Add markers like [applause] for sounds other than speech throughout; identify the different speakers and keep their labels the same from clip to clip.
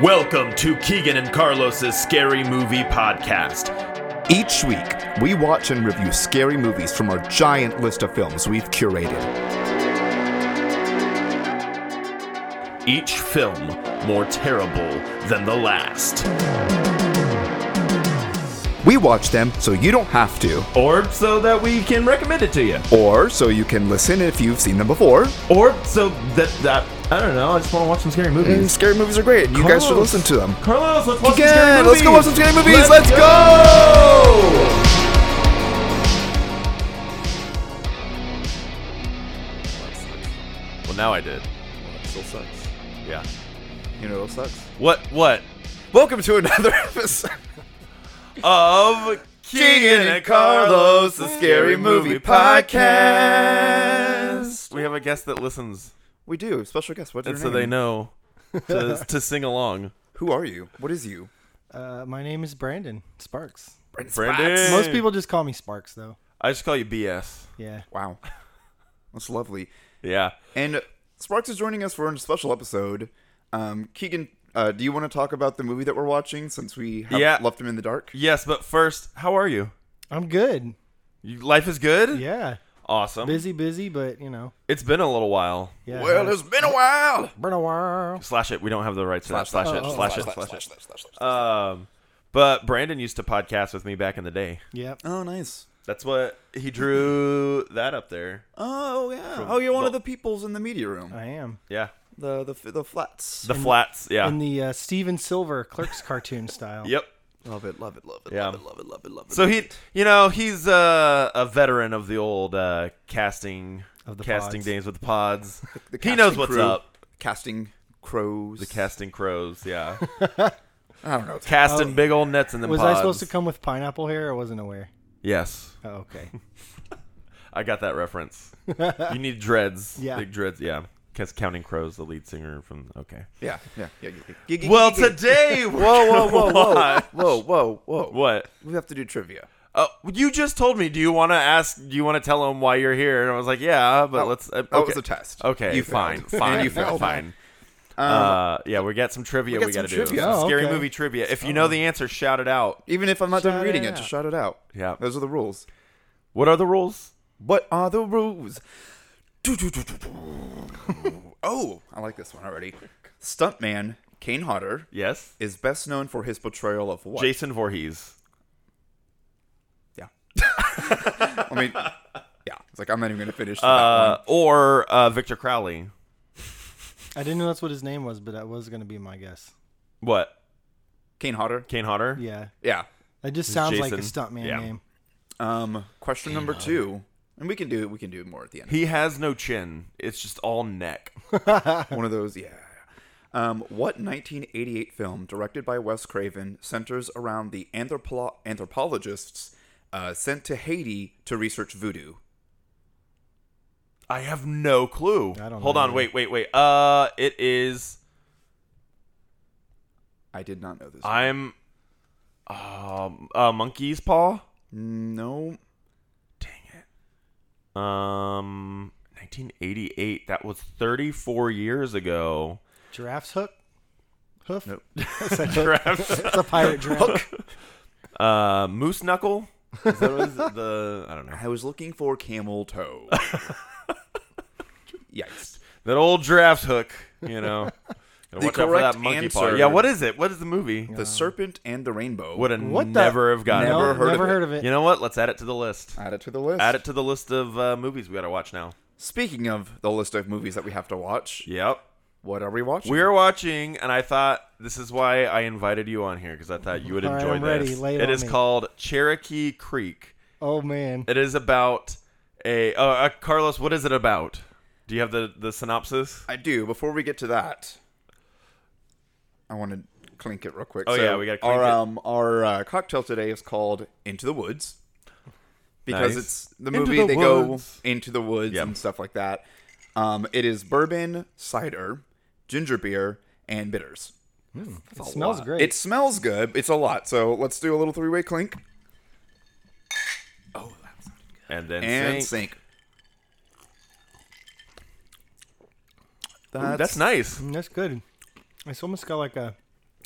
Speaker 1: Welcome to Keegan and Carlos's Scary Movie Podcast.
Speaker 2: Each week, we watch and review scary movies from our giant list of films we've curated.
Speaker 1: Each film more terrible than the last.
Speaker 2: We watch them so you don't have to,
Speaker 1: Or so that we can recommend it to you.
Speaker 2: or so you can listen if you've seen them before.
Speaker 1: Or so that, that I don't know, I just want to watch some scary
Speaker 2: And
Speaker 1: movies.
Speaker 2: Mm, scary movies are great, and you guys should listen to them.
Speaker 1: Carlos, let's watch some scary
Speaker 2: Again,
Speaker 1: movies.
Speaker 2: let's go watch some scary movies. Let's, go.
Speaker 1: Well, now I did.
Speaker 2: Still sucks.
Speaker 1: Yeah.
Speaker 2: You know, it sucks.
Speaker 1: What? What?
Speaker 2: Welcome to another [laughs] episode.
Speaker 1: Of Keegan and Carlos, the Scary Movie Podcast. We have a guest that listens,
Speaker 2: We do special guest. What's
Speaker 1: and
Speaker 2: your
Speaker 1: so
Speaker 2: name?
Speaker 1: they
Speaker 3: [laughs]
Speaker 1: know to, to sing along.
Speaker 2: Who are you? What is you?
Speaker 3: Uh, my name is Brandon Sparks.
Speaker 1: Brandon.
Speaker 2: Sparks.
Speaker 3: Most people just call me Sparks, though.
Speaker 1: I just call you BS.
Speaker 3: Yeah.
Speaker 2: Wow, that's lovely.
Speaker 1: Yeah.
Speaker 2: And Sparks is joining us for a special episode. Um, Keegan, uh, do you want to talk about the movie that we're watching since we have
Speaker 1: Yeah.
Speaker 2: left him in the dark?
Speaker 1: Yes, but first, how are you?
Speaker 3: I'm good.
Speaker 1: you life is good?
Speaker 3: Yeah.
Speaker 1: Awesome.
Speaker 3: Busy, busy, but you know.
Speaker 1: It's been a little while.
Speaker 3: Yeah.
Speaker 2: Well, it's been a while.
Speaker 3: burn a while.
Speaker 1: Slash it. We don't have the rights to that. Slash it.
Speaker 3: oh,
Speaker 1: Slash it. Slash it. Um, but Brandon used to podcast with me back in the day.
Speaker 3: Yep.
Speaker 2: Oh, nice.
Speaker 1: That's what he drew that up there.
Speaker 2: Oh yeah.
Speaker 1: From
Speaker 2: oh, you're one of
Speaker 1: the-
Speaker 2: the peoples in the media room.
Speaker 3: I am
Speaker 1: Yeah.
Speaker 2: The the the flats.
Speaker 1: The flats. Yeah.
Speaker 3: in the uh, Steven Silver Clerks cartoon style.
Speaker 1: yep.
Speaker 2: love it. Love it. Love it.
Speaker 1: Yeah.
Speaker 2: Love it. Love it. Love it. Love it.
Speaker 1: So he, you know, he's uh, a veteran of the old uh, casting
Speaker 3: Of the
Speaker 1: casting
Speaker 3: pods.
Speaker 1: days with [laughs] the pods.
Speaker 2: The
Speaker 1: he
Speaker 2: casting
Speaker 1: knows what's
Speaker 2: crew.
Speaker 1: up.
Speaker 2: Casting crows.
Speaker 1: The casting crows.
Speaker 2: [laughs]
Speaker 1: Yeah.
Speaker 2: I don't know.
Speaker 1: Casting
Speaker 3: Oh.
Speaker 1: big old nets in the
Speaker 3: Was
Speaker 1: pods.
Speaker 3: I supposed to come with pineapple hair? I wasn't aware.
Speaker 1: Yes.
Speaker 3: Oh, okay. [laughs]
Speaker 1: I got that
Speaker 2: [laughs]
Speaker 1: reference. you need dreads.
Speaker 3: Yeah.
Speaker 1: Big dreads. Yeah. Because Counting Crows, the lead singer from.
Speaker 2: [laughs]
Speaker 1: Okay.
Speaker 2: Yeah. Yeah. Yeah. yeah, yeah. Gig-
Speaker 1: Well,
Speaker 2: gig- gig- [laughs]
Speaker 1: today. We're
Speaker 2: Whoa!
Speaker 1: gonna
Speaker 2: Whoa!
Speaker 1: [laughs]
Speaker 2: Whoa! Whoa!
Speaker 1: watch-
Speaker 2: Whoa! Whoa! Whoa!
Speaker 1: What?
Speaker 2: We have to do trivia.
Speaker 1: Uh, you just told me. Do you want to ask? Do you want to tell him why you're here? And I was like, yeah, but let's. Uh, okay.
Speaker 2: That was a test.
Speaker 1: Okay,
Speaker 2: You
Speaker 1: fine,
Speaker 2: failed.
Speaker 1: fine,
Speaker 2: And [laughs] you failed.
Speaker 1: fine.
Speaker 2: Um,
Speaker 1: uh, yeah, we got some trivia.
Speaker 2: got
Speaker 1: We got to
Speaker 2: some
Speaker 1: do
Speaker 2: trivia. Oh.
Speaker 1: Some
Speaker 3: Oh,
Speaker 1: scary
Speaker 3: okay.
Speaker 1: movie trivia. If you know the answer, shout it out.
Speaker 2: Even if I'm not done
Speaker 3: Shout
Speaker 2: reading
Speaker 3: it
Speaker 2: it, just
Speaker 3: out.
Speaker 2: shout it out.
Speaker 1: Yeah.
Speaker 2: Those are the rules.
Speaker 1: What are the rules?
Speaker 2: What are the rules? Do, do, do, do, do. oh, I like this one already. Stuntman Kane Hodder
Speaker 1: Yes,
Speaker 2: is best known for his portrayal of what?
Speaker 1: Jason Voorhees.
Speaker 2: Yeah. I mean, yeah. It's like I'm not even gonna finish that
Speaker 1: Uh,
Speaker 2: one.
Speaker 1: or uh, Victor Crowley.
Speaker 3: I didn't know that's what his name was, but that was going to be my guess.
Speaker 1: What?
Speaker 2: Kane Hodder.
Speaker 1: Kane Hodder.
Speaker 3: Yeah.
Speaker 2: Yeah.
Speaker 3: That just sounds like a
Speaker 1: Jason.
Speaker 3: stuntman
Speaker 1: Yeah.
Speaker 3: name.
Speaker 2: Um, question number two, and we can do we can do more at the end.
Speaker 1: He has no chin. It's just all neck.
Speaker 2: [laughs] One of those, yeah. Um, what 1988 film directed by Wes Craven centers around the anthropo- anthropologists uh, sent to Haiti to research voodoo?
Speaker 1: I have no clue.
Speaker 3: I don't
Speaker 1: Hold
Speaker 3: know
Speaker 1: on.
Speaker 3: either.
Speaker 1: Wait. Wait. Wait. Uh, it is.
Speaker 2: I did not know this.
Speaker 1: I'm. Um. Uh, monkey's paw.
Speaker 2: no,
Speaker 1: Dang it. Um, 1988. That was 34 years ago.
Speaker 3: Giraffe's hook? Hoof?
Speaker 2: Nope.
Speaker 3: [laughs] That's
Speaker 1: [laughs]
Speaker 3: a hook. It's a pirate giraffe.
Speaker 1: Uh, moose knuckle. Is that what is it? the I don't know
Speaker 2: I was looking for camel toe. Yikes!
Speaker 1: that old giraffe's hook. You know, Gotta watch
Speaker 2: The
Speaker 1: out for that
Speaker 2: correct
Speaker 1: monkey
Speaker 2: answer-
Speaker 1: paw. Yeah, what is it? What is the movie?
Speaker 2: The serpent and the rainbow.
Speaker 1: Would have
Speaker 3: What the-
Speaker 1: never have gotten.
Speaker 2: Never
Speaker 3: No,
Speaker 1: it.
Speaker 2: heard of
Speaker 3: never
Speaker 2: it.
Speaker 3: heard of it.
Speaker 1: You know what? Let's add it to the list.
Speaker 2: Add it to the list.
Speaker 1: Add it to the list of uh, movies we gotta watch now.
Speaker 2: Speaking of the list of movies that we have to watch,
Speaker 1: Yep.
Speaker 2: what are we watching?
Speaker 1: We're watching, and I thought this is why I invited you on here because I thought you would
Speaker 3: All right,
Speaker 1: enjoy
Speaker 3: I'm ready.
Speaker 1: this.
Speaker 3: Lay
Speaker 1: It
Speaker 3: it
Speaker 1: is
Speaker 3: on me.
Speaker 1: called Cherokee Creek.
Speaker 3: Oh, man.
Speaker 1: It is about a uh, uh, Carlos. What is it about? Do you have the the synopsis?
Speaker 2: I do. Before we get to that, I want to clink it real quick.
Speaker 1: Oh, yeah, we gotta clink
Speaker 2: our
Speaker 1: it.
Speaker 2: um our uh, cocktail today is called Into the Woods because
Speaker 1: Nice.
Speaker 2: it's the
Speaker 1: Into
Speaker 2: movie
Speaker 1: the
Speaker 2: they
Speaker 1: woods.
Speaker 2: go into the woods
Speaker 1: Yeah.
Speaker 2: and stuff like that. Um, it is bourbon, cider, ginger beer, and bitters.
Speaker 1: Hmm.
Speaker 3: It smells great.
Speaker 2: It smells good. It's a lot. So let's do a little three way clink
Speaker 1: And then
Speaker 2: and
Speaker 1: sing.
Speaker 2: sink.
Speaker 1: Ooh, That's nice.
Speaker 3: Mm, That's good. It's almost got like a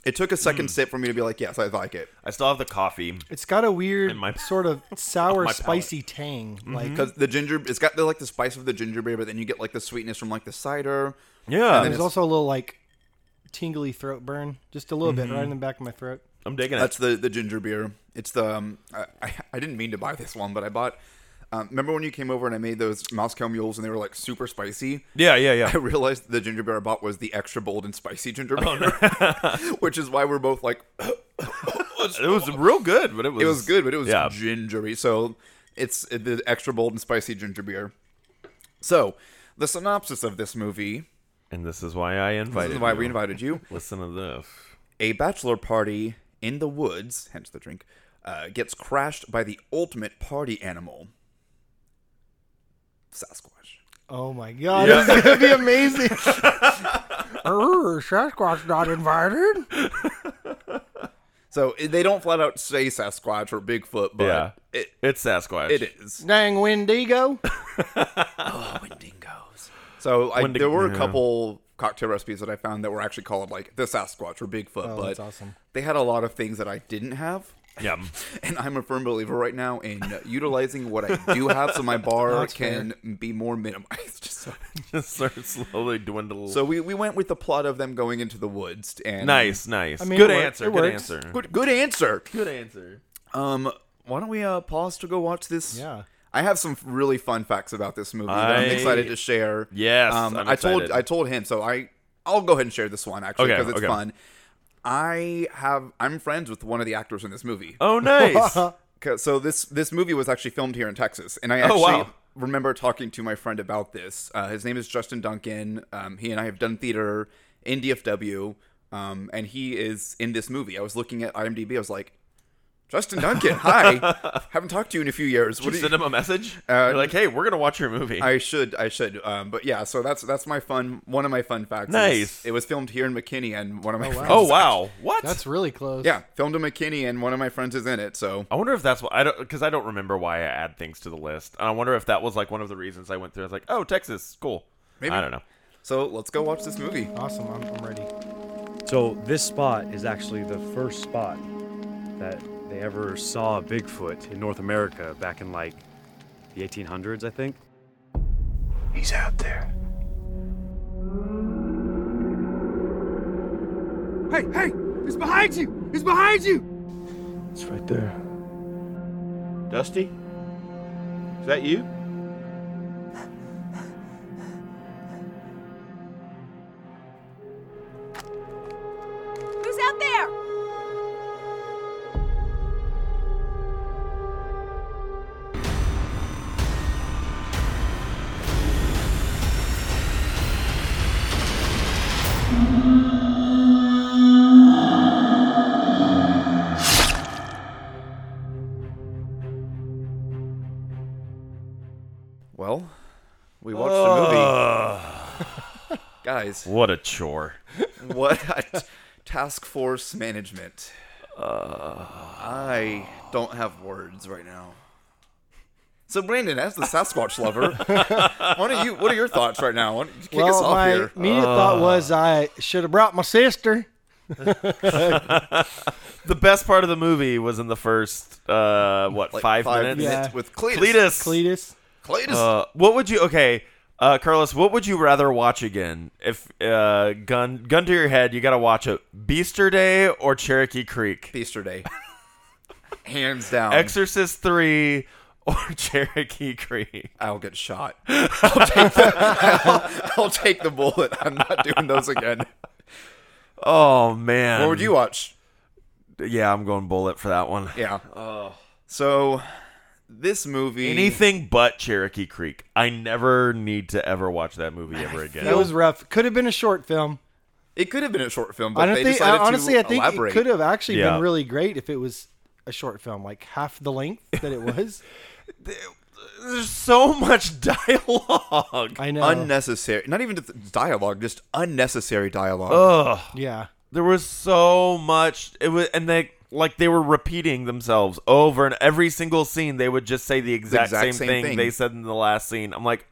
Speaker 2: It took a
Speaker 1: Hmm.
Speaker 2: second sip for me to be like, yes, I like it.
Speaker 1: I still have the coffee.
Speaker 3: It's got a weird
Speaker 1: In my-
Speaker 3: sort
Speaker 2: [laughs]
Speaker 3: of sour,
Speaker 1: my palate.
Speaker 3: spicy tang. Like
Speaker 2: Because the ginger, it's got the like the spice of the ginger beer, but then you get like the sweetness from like the cider.
Speaker 1: Yeah,
Speaker 3: there's also a little like tingly throat burn, just a little bit
Speaker 2: Mm-hmm.
Speaker 3: right in the back of my throat.
Speaker 1: I'm digging
Speaker 2: That's
Speaker 1: it.
Speaker 2: the the ginger beer. It's the um, I, I I didn't mean to buy this one, but I bought. Um, remember when you came over and I made those Moscow mules and they were like super spicy? [laughs]
Speaker 1: Yeah, yeah, [laughs] yeah.
Speaker 2: I realized the ginger beer I bought was the extra bold and spicy ginger
Speaker 1: Oh,
Speaker 2: beer, [laughs] which is why we're both like,
Speaker 1: It was real good, but it was
Speaker 2: it was good, but it was
Speaker 1: yeah.
Speaker 2: gingery. So it's the extra bold and spicy ginger beer. So the synopsis of this movie,
Speaker 1: And this is why I invited.
Speaker 2: this is why
Speaker 1: you.
Speaker 2: we invited you.
Speaker 1: Listen to this.
Speaker 2: A bachelor party in the woods, hence the drink, uh, gets crashed by the ultimate party animal, Sasquatch.
Speaker 3: Oh my god, this is gonna be
Speaker 2: [laughs]
Speaker 3: amazing. Err, Sasquatch not invited.
Speaker 2: So eh, they don't flat out say Sasquatch or Bigfoot, but
Speaker 1: Yeah.
Speaker 2: it,
Speaker 1: It's Sasquatch. [laughs]
Speaker 2: it is.
Speaker 3: Dang Wendigo.
Speaker 2: Wendigos. So I,
Speaker 1: Wendig-
Speaker 2: there were a
Speaker 1: yeah.
Speaker 2: couple cocktail recipes that I found that were actually called like the Sasquatch or Bigfoot,
Speaker 3: Oh,
Speaker 2: but
Speaker 3: that's awesome.
Speaker 2: they had a lot of things that I didn't have. [laughs]
Speaker 1: Yeah.
Speaker 2: And I'm a firm believer right now in utilizing what I do have
Speaker 3: [laughs]
Speaker 2: so my bar can be more minimized. [laughs] So,
Speaker 1: Just start slowly dwindle.
Speaker 2: so we, we went with the plot of them going into the woods and
Speaker 1: nice, nice.
Speaker 3: mean,
Speaker 1: good
Speaker 3: it works.
Speaker 1: answer.
Speaker 3: It
Speaker 1: Good
Speaker 3: works.
Speaker 1: answer.
Speaker 2: Good good answer.
Speaker 1: Good answer.
Speaker 2: Um why don't we uh, pause to go watch this?
Speaker 3: Yeah.
Speaker 2: I have some really fun facts about this movie that I'm
Speaker 1: I-
Speaker 2: excited to share.
Speaker 1: Yes,
Speaker 2: um,
Speaker 1: I'm
Speaker 2: I told
Speaker 1: excited.
Speaker 2: I told him, so I I'll go ahead and share this one actually
Speaker 1: Okay,
Speaker 2: because it's
Speaker 1: okay.
Speaker 2: fun. I have I'm friends with one of the actors in this movie.
Speaker 1: Oh, nice.
Speaker 2: Ca- So this this movie was actually filmed here in Texas, and I actually
Speaker 1: Oh, wow.
Speaker 2: remember talking to my friend about this. Uh, his name is Justin Duncan. Um, he and I have done theater in DFW, um, and he is in this movie. I was looking at IMDb. I was like, Justin
Speaker 1: [laughs]
Speaker 2: Duncan, hi. Haven't talked to you in a few years.
Speaker 1: Did
Speaker 2: What do
Speaker 1: you
Speaker 2: you-
Speaker 1: send him a message? You're like, hey, we're gonna watch your movie.
Speaker 2: [laughs] I should, I should. Um, but yeah, so that's that's my fun. One of my fun facts. is
Speaker 1: Nice.
Speaker 2: It was filmed here in McKinney, and one of my friends.
Speaker 1: oh wow,
Speaker 3: [laughs]
Speaker 1: what?
Speaker 3: That's really close.
Speaker 2: yeah, filmed in McKinney, and one of my friends is in it. So
Speaker 1: I wonder if that's what I don't because I don't remember why I add things to the list. And I wonder if that was like one of the reasons I went through. I was like, oh, Texas, cool.
Speaker 2: Maybe.
Speaker 1: I don't know.
Speaker 2: so let's go watch this movie.
Speaker 3: Awesome. I'm, I'm ready.
Speaker 4: So this spot is actually the first spot that they ever saw Bigfoot in North America back in like the 1800s, I think.
Speaker 5: He's out there. Hey, hey! It's behind you! It's behind you! It's right there.
Speaker 6: Dusty? Is that you?
Speaker 7: Who's out there?
Speaker 2: Well, we watched the movie. Guys,
Speaker 1: What a chore.
Speaker 2: what a t- task force management. I don't have words right now. So Brandon, as the Sasquatch lover, what are you? What are your thoughts right now? Why don't you kick us
Speaker 3: well,
Speaker 2: off
Speaker 3: my
Speaker 2: here? Uh.
Speaker 3: immediate thought was I should have brought my sister.
Speaker 1: The best part of the movie was in the first uh what
Speaker 2: Like
Speaker 1: five, minutes.
Speaker 3: minutes. Yeah.
Speaker 2: with Cletus.
Speaker 3: Cletus.
Speaker 1: Cletus.
Speaker 2: Cletus.
Speaker 1: Uh, what would you okay, uh, Carlos? What would you rather watch again? If uh, gun gun to your head, you got to watch it. Beaster Day or Cherokee Creek?
Speaker 2: Easter Day. Hands down.
Speaker 1: Exorcist Three or [laughs] Cherokee Creek?
Speaker 2: I'll get shot. I'll take the, [laughs] I'll, I'll take the bullet. I'm not doing those again.
Speaker 1: Oh man.
Speaker 2: What would you watch?
Speaker 1: Yeah, I'm going bullet for that one.
Speaker 2: Yeah. So this movie.
Speaker 1: Anything but Cherokee Creek. I never need to ever watch that movie ever again.
Speaker 3: That was rough. Could have been a short film.
Speaker 2: It could have been a short film, but
Speaker 3: I don't
Speaker 2: they
Speaker 3: think. I,
Speaker 2: decided
Speaker 3: honestly,
Speaker 2: to
Speaker 3: I think
Speaker 2: elaborate.
Speaker 3: it could have actually
Speaker 1: Yeah.
Speaker 3: been really great if it was a short film, like half the length that it
Speaker 2: [laughs]
Speaker 3: was.
Speaker 1: There's so much [laughs] dialogue.
Speaker 3: I know.
Speaker 2: unnecessary. Not even just dialogue, just unnecessary dialogue.
Speaker 3: yeah.
Speaker 1: There was so much. It was, and they like they were repeating themselves over and every single scene. They would just say the exact,
Speaker 2: exact
Speaker 1: same,
Speaker 2: same
Speaker 1: thing,
Speaker 2: thing.
Speaker 1: they said in the last scene. I'm like,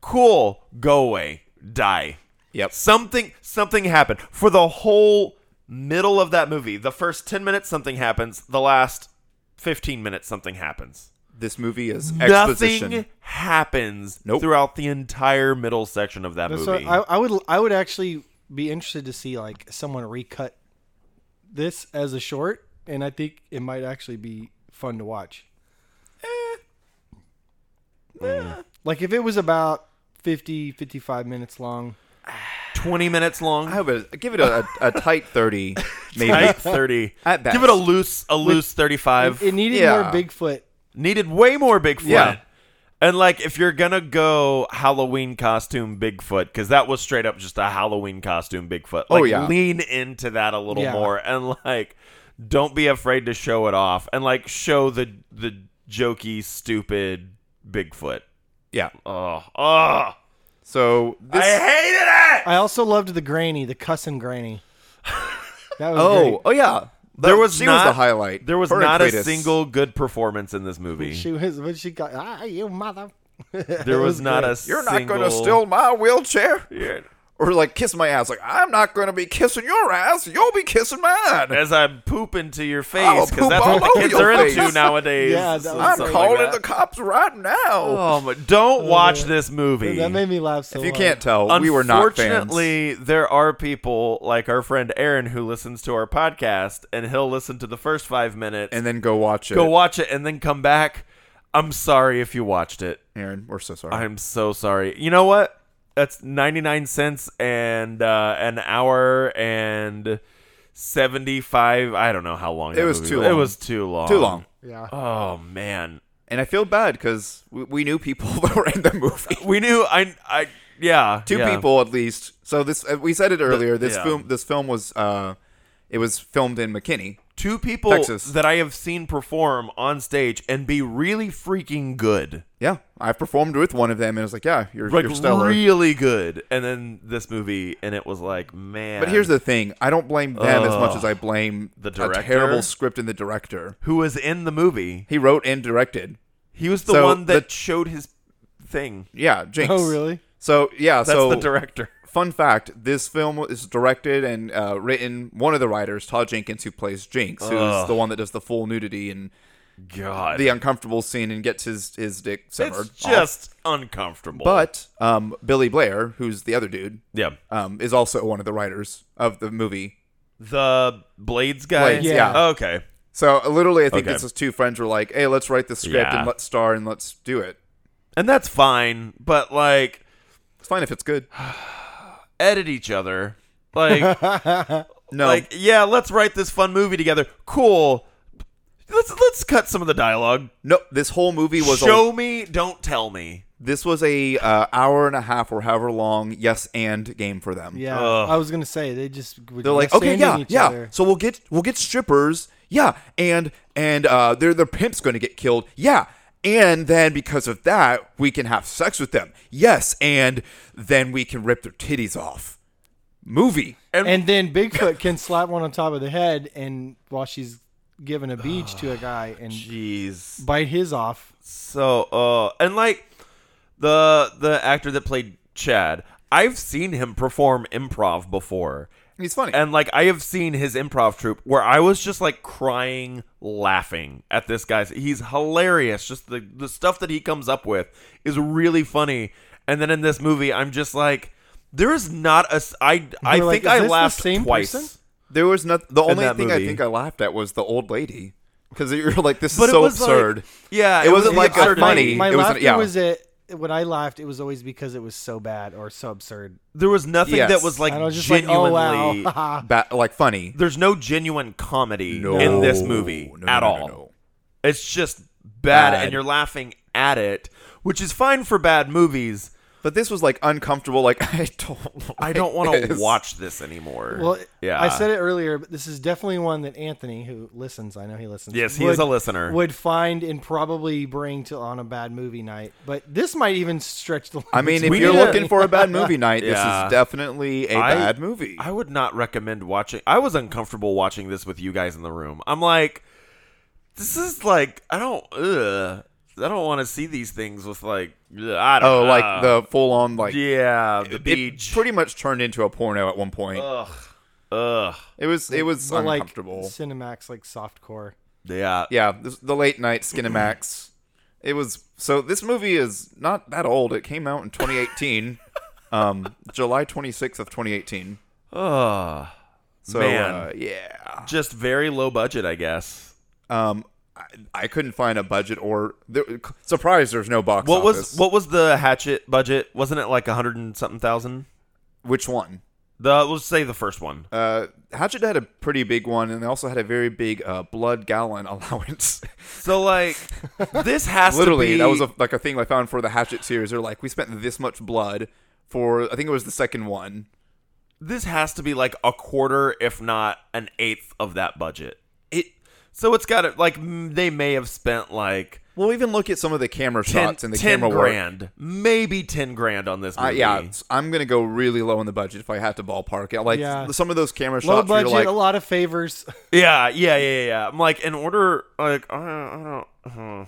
Speaker 1: cool, go away, die.
Speaker 2: Yep.
Speaker 1: Something something happened for the whole middle of that movie. The first 10 minutes, something happens. The last 15 minutes, something happens.
Speaker 2: This movie is exposition.
Speaker 1: Nothing happens
Speaker 2: Nope.
Speaker 1: throughout the entire middle section of that
Speaker 8: That's
Speaker 1: movie.
Speaker 8: what I, I would I would actually be interested to see like someone recut this as a short, and I think it might actually be fun to watch.
Speaker 2: Eh.
Speaker 8: Mm. Like if it was about 50, 55 minutes long.
Speaker 1: 20 minutes long.
Speaker 2: I would give it a, a,
Speaker 1: [laughs]
Speaker 2: a tight thirty, maybe.
Speaker 1: Tight 30.
Speaker 2: [laughs] At best.
Speaker 1: Give it a loose a loose 35.
Speaker 8: It, it needed
Speaker 2: Yeah.
Speaker 8: more Bigfoot.
Speaker 1: needed way more Bigfoot.
Speaker 2: Yeah.
Speaker 1: And like if you're gonna go Halloween costume Bigfoot, because that was straight up just a Halloween costume Bigfoot. Like,
Speaker 2: Oh, yeah.
Speaker 1: lean into that a little
Speaker 8: Yeah.
Speaker 1: more, and like don't be afraid to show it off, and like show the the jokey stupid Bigfoot.
Speaker 2: Yeah.
Speaker 1: Oh, oh,
Speaker 2: So this.
Speaker 1: I hated it.
Speaker 8: I also loved the granny, the
Speaker 2: [laughs]
Speaker 8: cussing granny. That was
Speaker 2: oh,
Speaker 8: great.
Speaker 2: oh yeah.
Speaker 1: There was
Speaker 2: she
Speaker 1: not-
Speaker 2: was the highlight.
Speaker 1: There was
Speaker 2: Her and
Speaker 1: not a
Speaker 2: Cletus.
Speaker 1: single good performance in this movie.
Speaker 8: She was when she got ah you mother. [laughs]
Speaker 1: There was, not a.
Speaker 2: You're not going to
Speaker 1: single-
Speaker 2: steal my wheelchair.
Speaker 1: Yeah.
Speaker 2: Or like kiss my ass. Like I'm not going to be kissing your ass. You'll be kissing mine.
Speaker 1: as I poop into your
Speaker 2: I'll
Speaker 1: face because
Speaker 2: Oh, poop
Speaker 1: that's what
Speaker 2: all
Speaker 1: the
Speaker 2: over
Speaker 1: kids
Speaker 2: your
Speaker 1: are into [laughs]
Speaker 2: face.
Speaker 1: nowadays.
Speaker 8: Yeah, that was
Speaker 2: I'm
Speaker 1: Something
Speaker 2: calling
Speaker 1: like that.
Speaker 2: the cops right now.
Speaker 1: [laughs] Oh, but don't watch this movie.
Speaker 8: That made me laugh so
Speaker 2: if you
Speaker 8: hard.
Speaker 2: can't tell, we were not fans.
Speaker 1: Unfortunately, there are people like our friend Aaron who listens to our podcast, and he'll listen to the first five minutes
Speaker 2: And then go watch it.
Speaker 1: go watch it, and then come back. I'm sorry if you watched it.
Speaker 2: Aaron, we're so sorry.
Speaker 1: I'm so sorry. You know what? That's 99 cents and uh, an hour and 75. I don't know how long. that
Speaker 2: was
Speaker 1: movie
Speaker 2: too
Speaker 1: It
Speaker 2: long.
Speaker 1: was too long.
Speaker 2: Too long.
Speaker 8: Yeah.
Speaker 1: Oh man,
Speaker 2: And I feel bad because we, we knew people [laughs] that were in the movie.
Speaker 1: we knew. I, I, yeah,
Speaker 2: Two
Speaker 1: yeah.
Speaker 2: people at least. So this uh, we said it earlier. This
Speaker 1: yeah.
Speaker 2: film this film was uh it was filmed in McKinney.
Speaker 1: two people
Speaker 2: Texas.
Speaker 1: that I have seen perform on stage and be really freaking good,
Speaker 2: Yeah. I performed with one of them and it was like, yeah, you're,
Speaker 1: like
Speaker 2: you're stellar.
Speaker 1: really good. And then this movie, and it was like, man.
Speaker 2: But here's the thing: I don't blame them as much as I blame
Speaker 1: The
Speaker 2: a
Speaker 1: director?
Speaker 2: terrible script and the director.
Speaker 1: who was in the movie?
Speaker 2: He wrote and directed.
Speaker 1: He was the
Speaker 2: So,
Speaker 1: one
Speaker 2: the-
Speaker 1: that showed his thing.
Speaker 2: Yeah, Jinx.
Speaker 8: Oh really?
Speaker 2: So yeah,
Speaker 1: That's
Speaker 2: so
Speaker 1: the director.
Speaker 2: fun fact: this film is directed and uh, written. One of the writers, Todd Jenkins, who plays Jinx, who's the one that does the full nudity and
Speaker 1: God,
Speaker 2: the uncomfortable scene and gets his his dick severed.
Speaker 1: it's
Speaker 2: off.
Speaker 1: just uncomfortable.
Speaker 2: But um, Billy Blair, who's the other dude,
Speaker 1: yeah,
Speaker 2: um, is also one of the writers of the movie.
Speaker 1: the Blades guy.
Speaker 2: Blades, Yeah. yeah.
Speaker 1: Okay.
Speaker 2: So uh, literally, I think
Speaker 1: Okay.
Speaker 2: this is two friends were like, "Hey, let's write the script
Speaker 1: Yeah.
Speaker 2: and let's star and let's do it."
Speaker 1: And that's fine, but like,
Speaker 2: It's fine if it's
Speaker 1: [sighs]
Speaker 2: good.
Speaker 1: edit each other.
Speaker 2: [laughs]
Speaker 1: Like,
Speaker 2: No,
Speaker 1: like yeah, let's write this fun movie together. Cool. Let's let's cut some of the dialogue.
Speaker 2: no. This whole movie was a,
Speaker 1: Show me, don't tell me.
Speaker 2: this was a uh, hour and a half or however long yes and game for them.
Speaker 8: Yeah. I was gonna say they just were
Speaker 2: they're like,
Speaker 8: just
Speaker 2: okay,
Speaker 8: standing
Speaker 2: yeah,
Speaker 8: each
Speaker 2: yeah.
Speaker 8: other.
Speaker 2: So we'll get we'll get strippers, yeah, and and uh, their their pimp's going to get killed, yeah, and then because of that we can have sex with them, yes, and then we can rip their titties off. Movie.
Speaker 8: And then Bigfoot can slap one on top of the head, and while she's giving a beach to a guy and
Speaker 1: Jeez.
Speaker 8: bite his off.
Speaker 1: So, uh, and like the the actor that played Chad, I've seen him perform improv before.
Speaker 2: He's funny.
Speaker 1: And like I have seen his improv troupe where I was just like crying laughing at this guy's he's hilarious. Just the the stuff that he comes up with is really funny. And then in this movie I'm just like there is not a s- I I
Speaker 8: You're like,
Speaker 1: think
Speaker 8: is
Speaker 1: I
Speaker 8: this the
Speaker 1: laughed
Speaker 8: same
Speaker 1: twice.
Speaker 8: person?
Speaker 2: there was not the only
Speaker 1: that
Speaker 2: thing
Speaker 1: movie.
Speaker 2: I think I laughed at was the old lady because you're [laughs] like this is
Speaker 1: But it
Speaker 2: so
Speaker 1: was, like-
Speaker 2: absurd.
Speaker 1: Yeah,
Speaker 2: It
Speaker 1: was
Speaker 2: wasn't like a
Speaker 1: absurd to
Speaker 2: funny-
Speaker 1: me.
Speaker 8: My
Speaker 2: it was an-
Speaker 8: laughter
Speaker 2: yeah.
Speaker 8: was at when I laughed. It was always because it was so bad or so absurd.
Speaker 1: there was nothing
Speaker 2: Yes.
Speaker 1: that was like
Speaker 8: And I was just
Speaker 1: genuinely
Speaker 8: like, oh [laughs] wow.
Speaker 2: ba- like funny.
Speaker 1: there's no genuine comedy in this movie
Speaker 2: No, no,
Speaker 1: at
Speaker 2: no, no,
Speaker 1: all.
Speaker 2: no.
Speaker 1: It's just bad,
Speaker 2: Bad.
Speaker 1: and you're laughing at it, which is fine for bad movies.
Speaker 2: But this was like uncomfortable. Like [laughs] I don't.
Speaker 1: I
Speaker 2: like
Speaker 1: don't
Speaker 2: [laughs]
Speaker 1: want to
Speaker 2: this.
Speaker 1: watch this anymore.
Speaker 8: well,
Speaker 1: yeah,
Speaker 8: I said it earlier, but this is definitely one that Anthony, who listens, I know he listens.
Speaker 1: Yes, he is a listener.
Speaker 8: Would find and probably bring to on a bad movie night. But this might even stretch the. Limits.
Speaker 2: I mean, if
Speaker 1: We
Speaker 2: you're
Speaker 1: need to-
Speaker 2: looking for a
Speaker 8: [laughs]
Speaker 2: bad
Speaker 1: [laughs]
Speaker 2: movie night, this
Speaker 1: Yeah.
Speaker 2: is definitely a
Speaker 1: I-
Speaker 2: bad movie.
Speaker 1: I would not recommend watching. I was uncomfortable watching this with you guys in the room. I'm like, this is like I don't. Ugh, I don't want to see these things with like. ugh, I don't.
Speaker 2: oh, like
Speaker 1: uh,
Speaker 2: the full on like
Speaker 1: yeah the
Speaker 2: it
Speaker 1: beach.
Speaker 2: pretty much turned into a porno at one point.
Speaker 1: Ugh. Ugh.
Speaker 2: It was it was
Speaker 8: But like
Speaker 2: uncomfortable.
Speaker 8: Cinemax, like softcore.
Speaker 1: Yeah.
Speaker 2: yeah, this, the late night Skinemax. it was so this movie is not that old. It came out
Speaker 1: [laughs]
Speaker 2: in 2018, um, July 26th of 2018.
Speaker 1: Ugh.
Speaker 2: So
Speaker 1: Man.
Speaker 2: Uh, yeah,
Speaker 1: Just very low budget, I guess.
Speaker 2: um, I, I couldn't find a budget or there, surprise. There's no box.
Speaker 1: What was
Speaker 2: office.
Speaker 1: what was the Hatchet budget? Wasn't it like a hundred and something thousand?
Speaker 2: Which one?
Speaker 1: The let's say the first one.
Speaker 2: Uh, Hatchet had a pretty big one, and they also had a very big uh, blood gallon [laughs] allowance.
Speaker 1: So like this has
Speaker 2: Literally,
Speaker 1: to be
Speaker 2: that was a, like a thing I found for the Hatchet series. They're like, we spent this much blood for. I think it was the second one.
Speaker 1: this has to be like a quarter, if not an eighth of that budget. It so it's got to like m- they may have spent like
Speaker 2: Well, even look at some of the camera
Speaker 1: 10,
Speaker 2: shots and the
Speaker 1: 10
Speaker 2: camera work.
Speaker 1: grand, maybe ten grand on this movie.
Speaker 2: I, yeah, it's- I'm gonna go really low on the budget if I had to ballpark it. Like
Speaker 8: Yeah.
Speaker 2: some of those camera
Speaker 8: Low
Speaker 2: shots, where
Speaker 8: budget,
Speaker 2: you're like,
Speaker 8: a lot of favors.
Speaker 1: Yeah, yeah, yeah, yeah. I'm like in order, like I don't, I don't, hmm.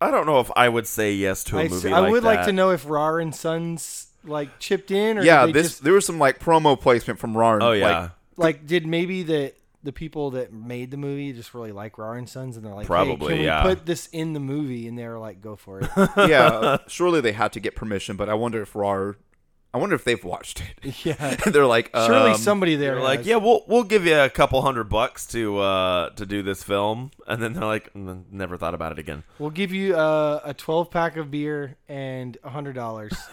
Speaker 1: I don't know if I would say yes to a
Speaker 8: I, s-
Speaker 1: movie.
Speaker 8: I would like
Speaker 1: that.
Speaker 8: to know if Rar and Sons like chipped in, or
Speaker 2: yeah,
Speaker 8: they
Speaker 2: this
Speaker 8: just,
Speaker 2: there was some like promo placement from Rarn.
Speaker 1: Oh yeah,
Speaker 2: like,
Speaker 8: like did maybe the the people that made the movie just really like Rar and Sons, and they're like, hey,
Speaker 1: Probably,
Speaker 8: can
Speaker 1: yeah.
Speaker 8: We put this in the movie, and they're like, go for it.
Speaker 2: [laughs]
Speaker 8: [laughs]
Speaker 2: yeah. Surely they had to get permission, but I wonder if Rar, I wonder if they've watched it. [laughs]
Speaker 8: yeah,
Speaker 2: They're like,
Speaker 8: surely
Speaker 2: um,
Speaker 8: somebody there
Speaker 1: they're like,
Speaker 8: has.
Speaker 1: yeah, we'll we'll give you a couple hundred bucks to uh to do this film, and then they're like, "Mm, never thought about it again.
Speaker 8: We'll give you uh, a 12 pack of beer and $100.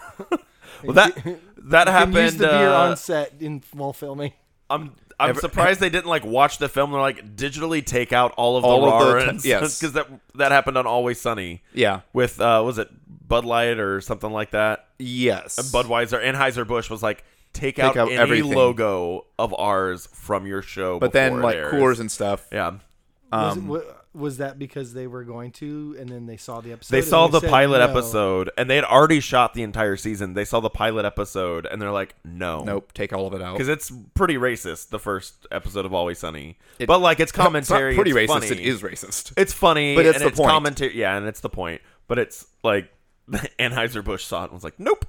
Speaker 1: Well,
Speaker 8: [laughs]
Speaker 1: that that
Speaker 8: You can
Speaker 1: happened.
Speaker 8: use the beer
Speaker 1: uh,
Speaker 8: on set in while filming.
Speaker 1: I'm I'm surprised they didn't like watch the film. They're like digitally take out all of
Speaker 2: All
Speaker 1: the
Speaker 2: of the
Speaker 1: raw [laughs]
Speaker 2: t- yes.
Speaker 1: because that that happened on Always Sunny
Speaker 2: Yeah.
Speaker 1: with uh was it Bud Light or something like that.
Speaker 2: Yes.
Speaker 1: Budweiser, Anheuser Busch was like, take, out,
Speaker 2: out
Speaker 1: any
Speaker 2: everything.
Speaker 1: logo of ours from your show.
Speaker 2: but then
Speaker 1: before it
Speaker 2: like
Speaker 1: airs."
Speaker 2: Coors and stuff.
Speaker 1: yeah,
Speaker 8: Was, it, wa- was that because they were going to and then they saw the episode?
Speaker 1: they
Speaker 8: and
Speaker 1: saw the
Speaker 8: said
Speaker 1: pilot
Speaker 8: no?
Speaker 1: episode and they had already shot the entire season. They saw the pilot episode and they're like, no,
Speaker 2: Nope. Take all of it out.
Speaker 1: because it's pretty racist. The first episode of Always Sunny,
Speaker 2: It-
Speaker 1: but like it's
Speaker 2: It's not
Speaker 1: commentary.
Speaker 2: pretty
Speaker 1: it's funny.
Speaker 2: racist. It is racist.
Speaker 8: [laughs]
Speaker 1: It's funny,
Speaker 2: But it's
Speaker 1: and
Speaker 2: the
Speaker 1: it's
Speaker 2: point.
Speaker 1: commentary. Yeah, and it's the point. But it's like [laughs] Anheuser Busch saw it and was like, nope.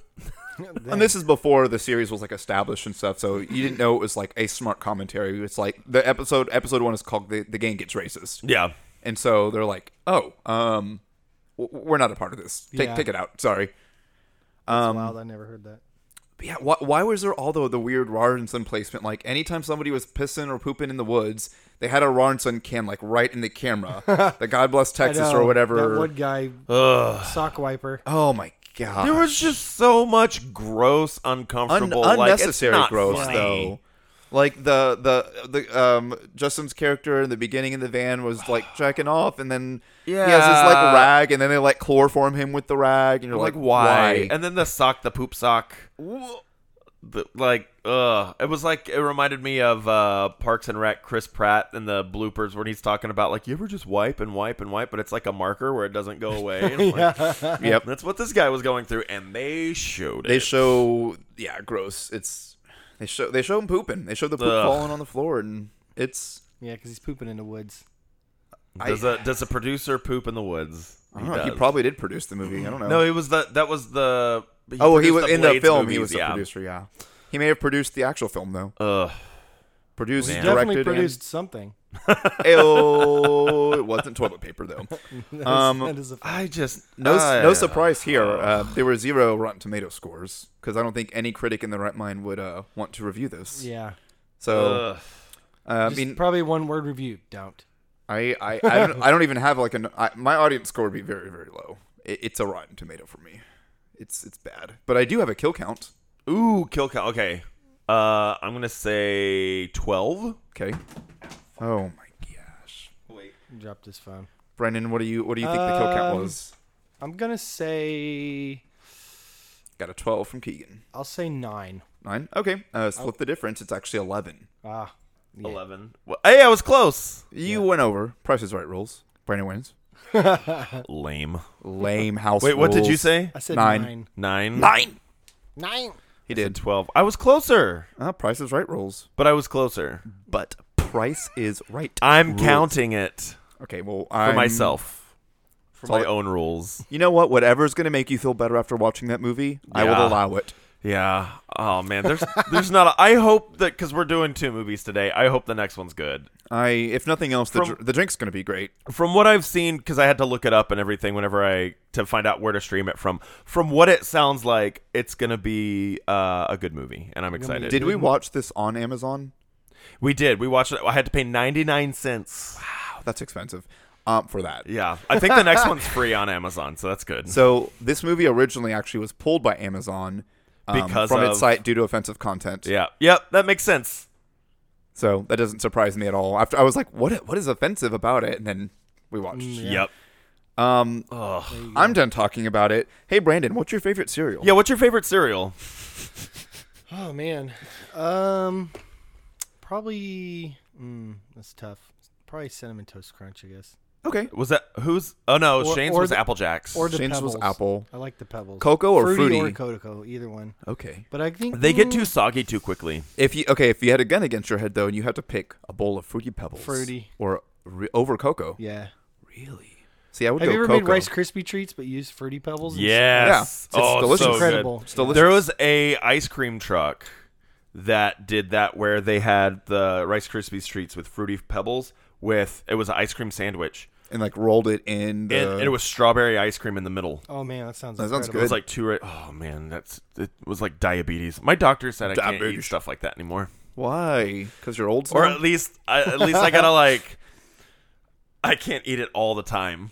Speaker 2: And this is before the series was like established and stuff, so you didn't know it was like a smart commentary. It's like the episode episode one is called "The, the Gang Gets Racist,"
Speaker 1: Yeah,
Speaker 2: and so they're like, "Oh, um, w- we're not a part of this. Take
Speaker 8: Yeah.
Speaker 2: take it out. Sorry."
Speaker 8: That's wild. I never heard that.
Speaker 2: But yeah, why, why was there all the, the weird Rawlinson placement? Like anytime somebody was pissing or pooping in the woods, they had a Rawlinson can like right in the
Speaker 8: [laughs]
Speaker 2: camera. the God bless
Speaker 8: I
Speaker 2: Texas
Speaker 8: know,
Speaker 2: or whatever.
Speaker 8: That one guy, sock wiper.
Speaker 2: oh my god,
Speaker 1: There was just so much gross,
Speaker 2: Un-
Speaker 1: uncomfortable, like, it's
Speaker 2: unnecessary
Speaker 1: not
Speaker 2: gross
Speaker 1: funny.
Speaker 2: though. Like the the the um Justin's character in the beginning in the van was
Speaker 1: [sighs]
Speaker 2: like checking off, and then he has this
Speaker 1: Yeah.
Speaker 2: like rag, and then they like chloroform him with the rag, and you're
Speaker 1: Like,
Speaker 2: like,
Speaker 1: why? And then the sock, the poop sock. The, like, ugh. It was like it reminded me of uh, Parks and Rec, Chris Pratt, and the bloopers when he's talking about like you ever just wipe and wipe and wipe, but it's like a marker where it doesn't go away. And [laughs] I'm like,
Speaker 2: yep,
Speaker 1: That's what this guy was going through, and they showed it.
Speaker 2: they show yeah, gross. It's they show they show him pooping. They show the poop
Speaker 1: Ugh.
Speaker 2: falling on the floor, and it's
Speaker 8: [laughs] Yeah, because he's pooping in the woods.
Speaker 1: does a does a producer poop in the woods?
Speaker 2: I don't know, he
Speaker 1: does.
Speaker 2: probably did produce the movie. I don't know.
Speaker 1: no. It was the that was the.
Speaker 2: oh, he
Speaker 1: produced
Speaker 2: was in the
Speaker 1: Blades
Speaker 2: film. he
Speaker 1: movies,
Speaker 2: was the
Speaker 1: yeah.
Speaker 2: producer. Yeah, he may have produced the actual film though.
Speaker 1: Ugh.
Speaker 2: Produced,
Speaker 1: Man.
Speaker 2: directed,
Speaker 8: Definitely
Speaker 2: and-
Speaker 8: produced something. [laughs]
Speaker 2: Ayo, it wasn't toilet paper though.
Speaker 8: That is-
Speaker 2: Um,
Speaker 8: that is a fact.
Speaker 1: I just
Speaker 2: No,
Speaker 1: I-
Speaker 2: no surprise here. Uh, there were zero Rotten Tomato scores because I don't think any critic in their right mind would uh, want to review this.
Speaker 8: Yeah. Uh,
Speaker 2: So
Speaker 1: Ugh.
Speaker 2: uh, I
Speaker 8: Just
Speaker 2: mean,
Speaker 8: probably one word review. Don't.
Speaker 2: I,
Speaker 8: [laughs]
Speaker 2: I, I don't, I don't even have like an. I, my audience score would be very, very low. It, it's a Rotten Tomato for me. It's it's bad, but I do have a kill count.
Speaker 1: Ooh, kill count. Okay. Uh, I'm gonna say twelve.
Speaker 2: Okay. Oh my gosh,
Speaker 8: Drop this phone.
Speaker 2: Brendan, what do you what do you think the kill count
Speaker 8: Um,
Speaker 2: was?
Speaker 8: I'm going to say,
Speaker 2: Got a twelve from Keegan.
Speaker 8: I'll say nine.
Speaker 2: Nine. Okay. Uh,
Speaker 8: Oh.
Speaker 2: split the difference. It's actually eleven.
Speaker 8: Ah, yeah.
Speaker 1: Eleven. Well, hey, I was close.
Speaker 2: You went over. Price is right rules. Brandon wins.
Speaker 1: Lame.
Speaker 2: Lame house.
Speaker 1: Wait, what did you
Speaker 2: rules.
Speaker 1: say?
Speaker 8: I said
Speaker 2: Nine.
Speaker 8: nine.
Speaker 1: Nine.
Speaker 2: Nine.
Speaker 8: Nine.
Speaker 2: He did.
Speaker 1: Twelve. I was closer,
Speaker 2: Uh, Price is Right rules,
Speaker 1: but I was closer.
Speaker 2: but Price is Right.
Speaker 1: I'm
Speaker 2: rules.
Speaker 1: counting it
Speaker 2: Okay, well,
Speaker 1: for
Speaker 2: I'm,
Speaker 1: myself. For my
Speaker 2: Solid.
Speaker 1: own rules.
Speaker 2: You know what? Whatever's going to make you feel better after watching that movie, I
Speaker 1: Yeah.
Speaker 2: will allow it.
Speaker 1: Yeah. Oh man, there's there's not. A, I hope that because we're doing two movies today. I hope the next one's good.
Speaker 2: I, if nothing else, the, dr- the drink's going to be great.
Speaker 1: From what I've seen, because I had to look it up and everything whenever I to find out where to stream it from. From what it sounds like, it's going to be uh, a good movie, and I'm excited.
Speaker 2: Did we watch this on Amazon?
Speaker 1: We did. We watched it. I had to pay 99 cents.
Speaker 2: Wow, that's expensive. Um, for that.
Speaker 1: Yeah, I think the next one's free on Amazon, so that's good.
Speaker 2: So this movie originally actually was pulled by Amazon um,
Speaker 1: Because
Speaker 2: from its
Speaker 1: of-
Speaker 2: site due to offensive content.
Speaker 1: yeah. Yep. That makes sense.
Speaker 2: So that doesn't surprise me at all. After I was like, what what is offensive about it? And then we watched.
Speaker 1: Yep.
Speaker 2: Um, I'm done talking about it. Hey Brandon, what's your favorite cereal?
Speaker 1: Yeah. What's your favorite cereal?
Speaker 8: Oh man, um, probably mm, that's tough. Probably cinnamon toast crunch, I guess.
Speaker 2: Okay.
Speaker 1: Was that who's? Oh no,
Speaker 8: Or-
Speaker 1: Shane's
Speaker 8: or
Speaker 1: was
Speaker 8: the-
Speaker 1: Apple Jacks.
Speaker 8: Or the
Speaker 2: Shane's was
Speaker 8: pebbles.
Speaker 2: apple.
Speaker 8: I like the pebbles.
Speaker 2: Cocoa or
Speaker 8: or
Speaker 2: fruity?
Speaker 8: Cocoa, either one.
Speaker 2: Okay.
Speaker 8: But I think
Speaker 1: they get
Speaker 8: mm,
Speaker 1: too soggy too quickly.
Speaker 2: If you okay, if you had a gun against your head though, and you had to pick a bowl of fruity pebbles,
Speaker 8: Fruity.
Speaker 2: or re- over cocoa.
Speaker 8: Yeah.
Speaker 2: Really? See, I would
Speaker 8: Have
Speaker 2: go
Speaker 8: you ever
Speaker 2: cocoa.
Speaker 8: made Rice Krispie treats but used fruity pebbles? and
Speaker 2: yeah,
Speaker 1: Yes.
Speaker 2: it's
Speaker 1: Oh,
Speaker 2: delicious.
Speaker 1: so good.
Speaker 8: Incredible.
Speaker 2: It's delicious.
Speaker 1: There was a ice cream truck that did that where they had the Rice Krispies treats with fruity pebbles with it was an ice cream sandwich
Speaker 2: and like rolled it in.
Speaker 1: and,
Speaker 2: The,
Speaker 1: and it was strawberry ice cream in the middle.
Speaker 8: stuff? Oh man, that sounds.
Speaker 2: That sounds
Speaker 1: It
Speaker 8: incredible.
Speaker 1: was like two. Ra- oh man, that's it was like diabetes. My doctor said I can't eat
Speaker 2: Diabetes.
Speaker 1: stuff like that anymore,
Speaker 2: why? Because you're old.
Speaker 1: or
Speaker 2: son?
Speaker 1: at least I, at least I gotta like I can't eat it all the time.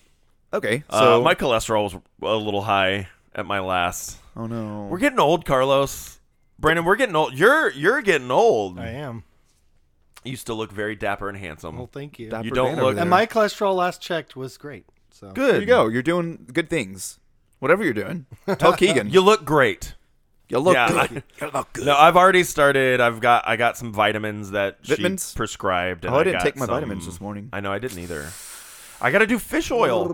Speaker 2: okay.
Speaker 1: So
Speaker 2: So
Speaker 1: my cholesterol was a little high at my last.
Speaker 2: oh no,
Speaker 1: We're getting old, Carlos. Brandon, we're getting old. You're you're getting old.
Speaker 8: I am.
Speaker 1: You still look very dapper and handsome.
Speaker 8: Well, thank you.
Speaker 2: Dapper
Speaker 1: you don't
Speaker 2: Dan over
Speaker 1: look-
Speaker 2: there.
Speaker 8: And my cholesterol last checked was great. So
Speaker 2: good. There you go. You're doing good things. Whatever you're doing, tell Keegan.
Speaker 1: you look great.
Speaker 2: you look
Speaker 1: yeah,
Speaker 2: good.
Speaker 1: I- No, I've already started. I've got I got some vitamins that
Speaker 2: Vitamins?
Speaker 1: she prescribed. And
Speaker 2: Oh, I
Speaker 1: I
Speaker 2: didn't
Speaker 1: got
Speaker 2: take my
Speaker 1: some-
Speaker 2: vitamins this morning.
Speaker 1: I know I didn't either. I got to do fish oil.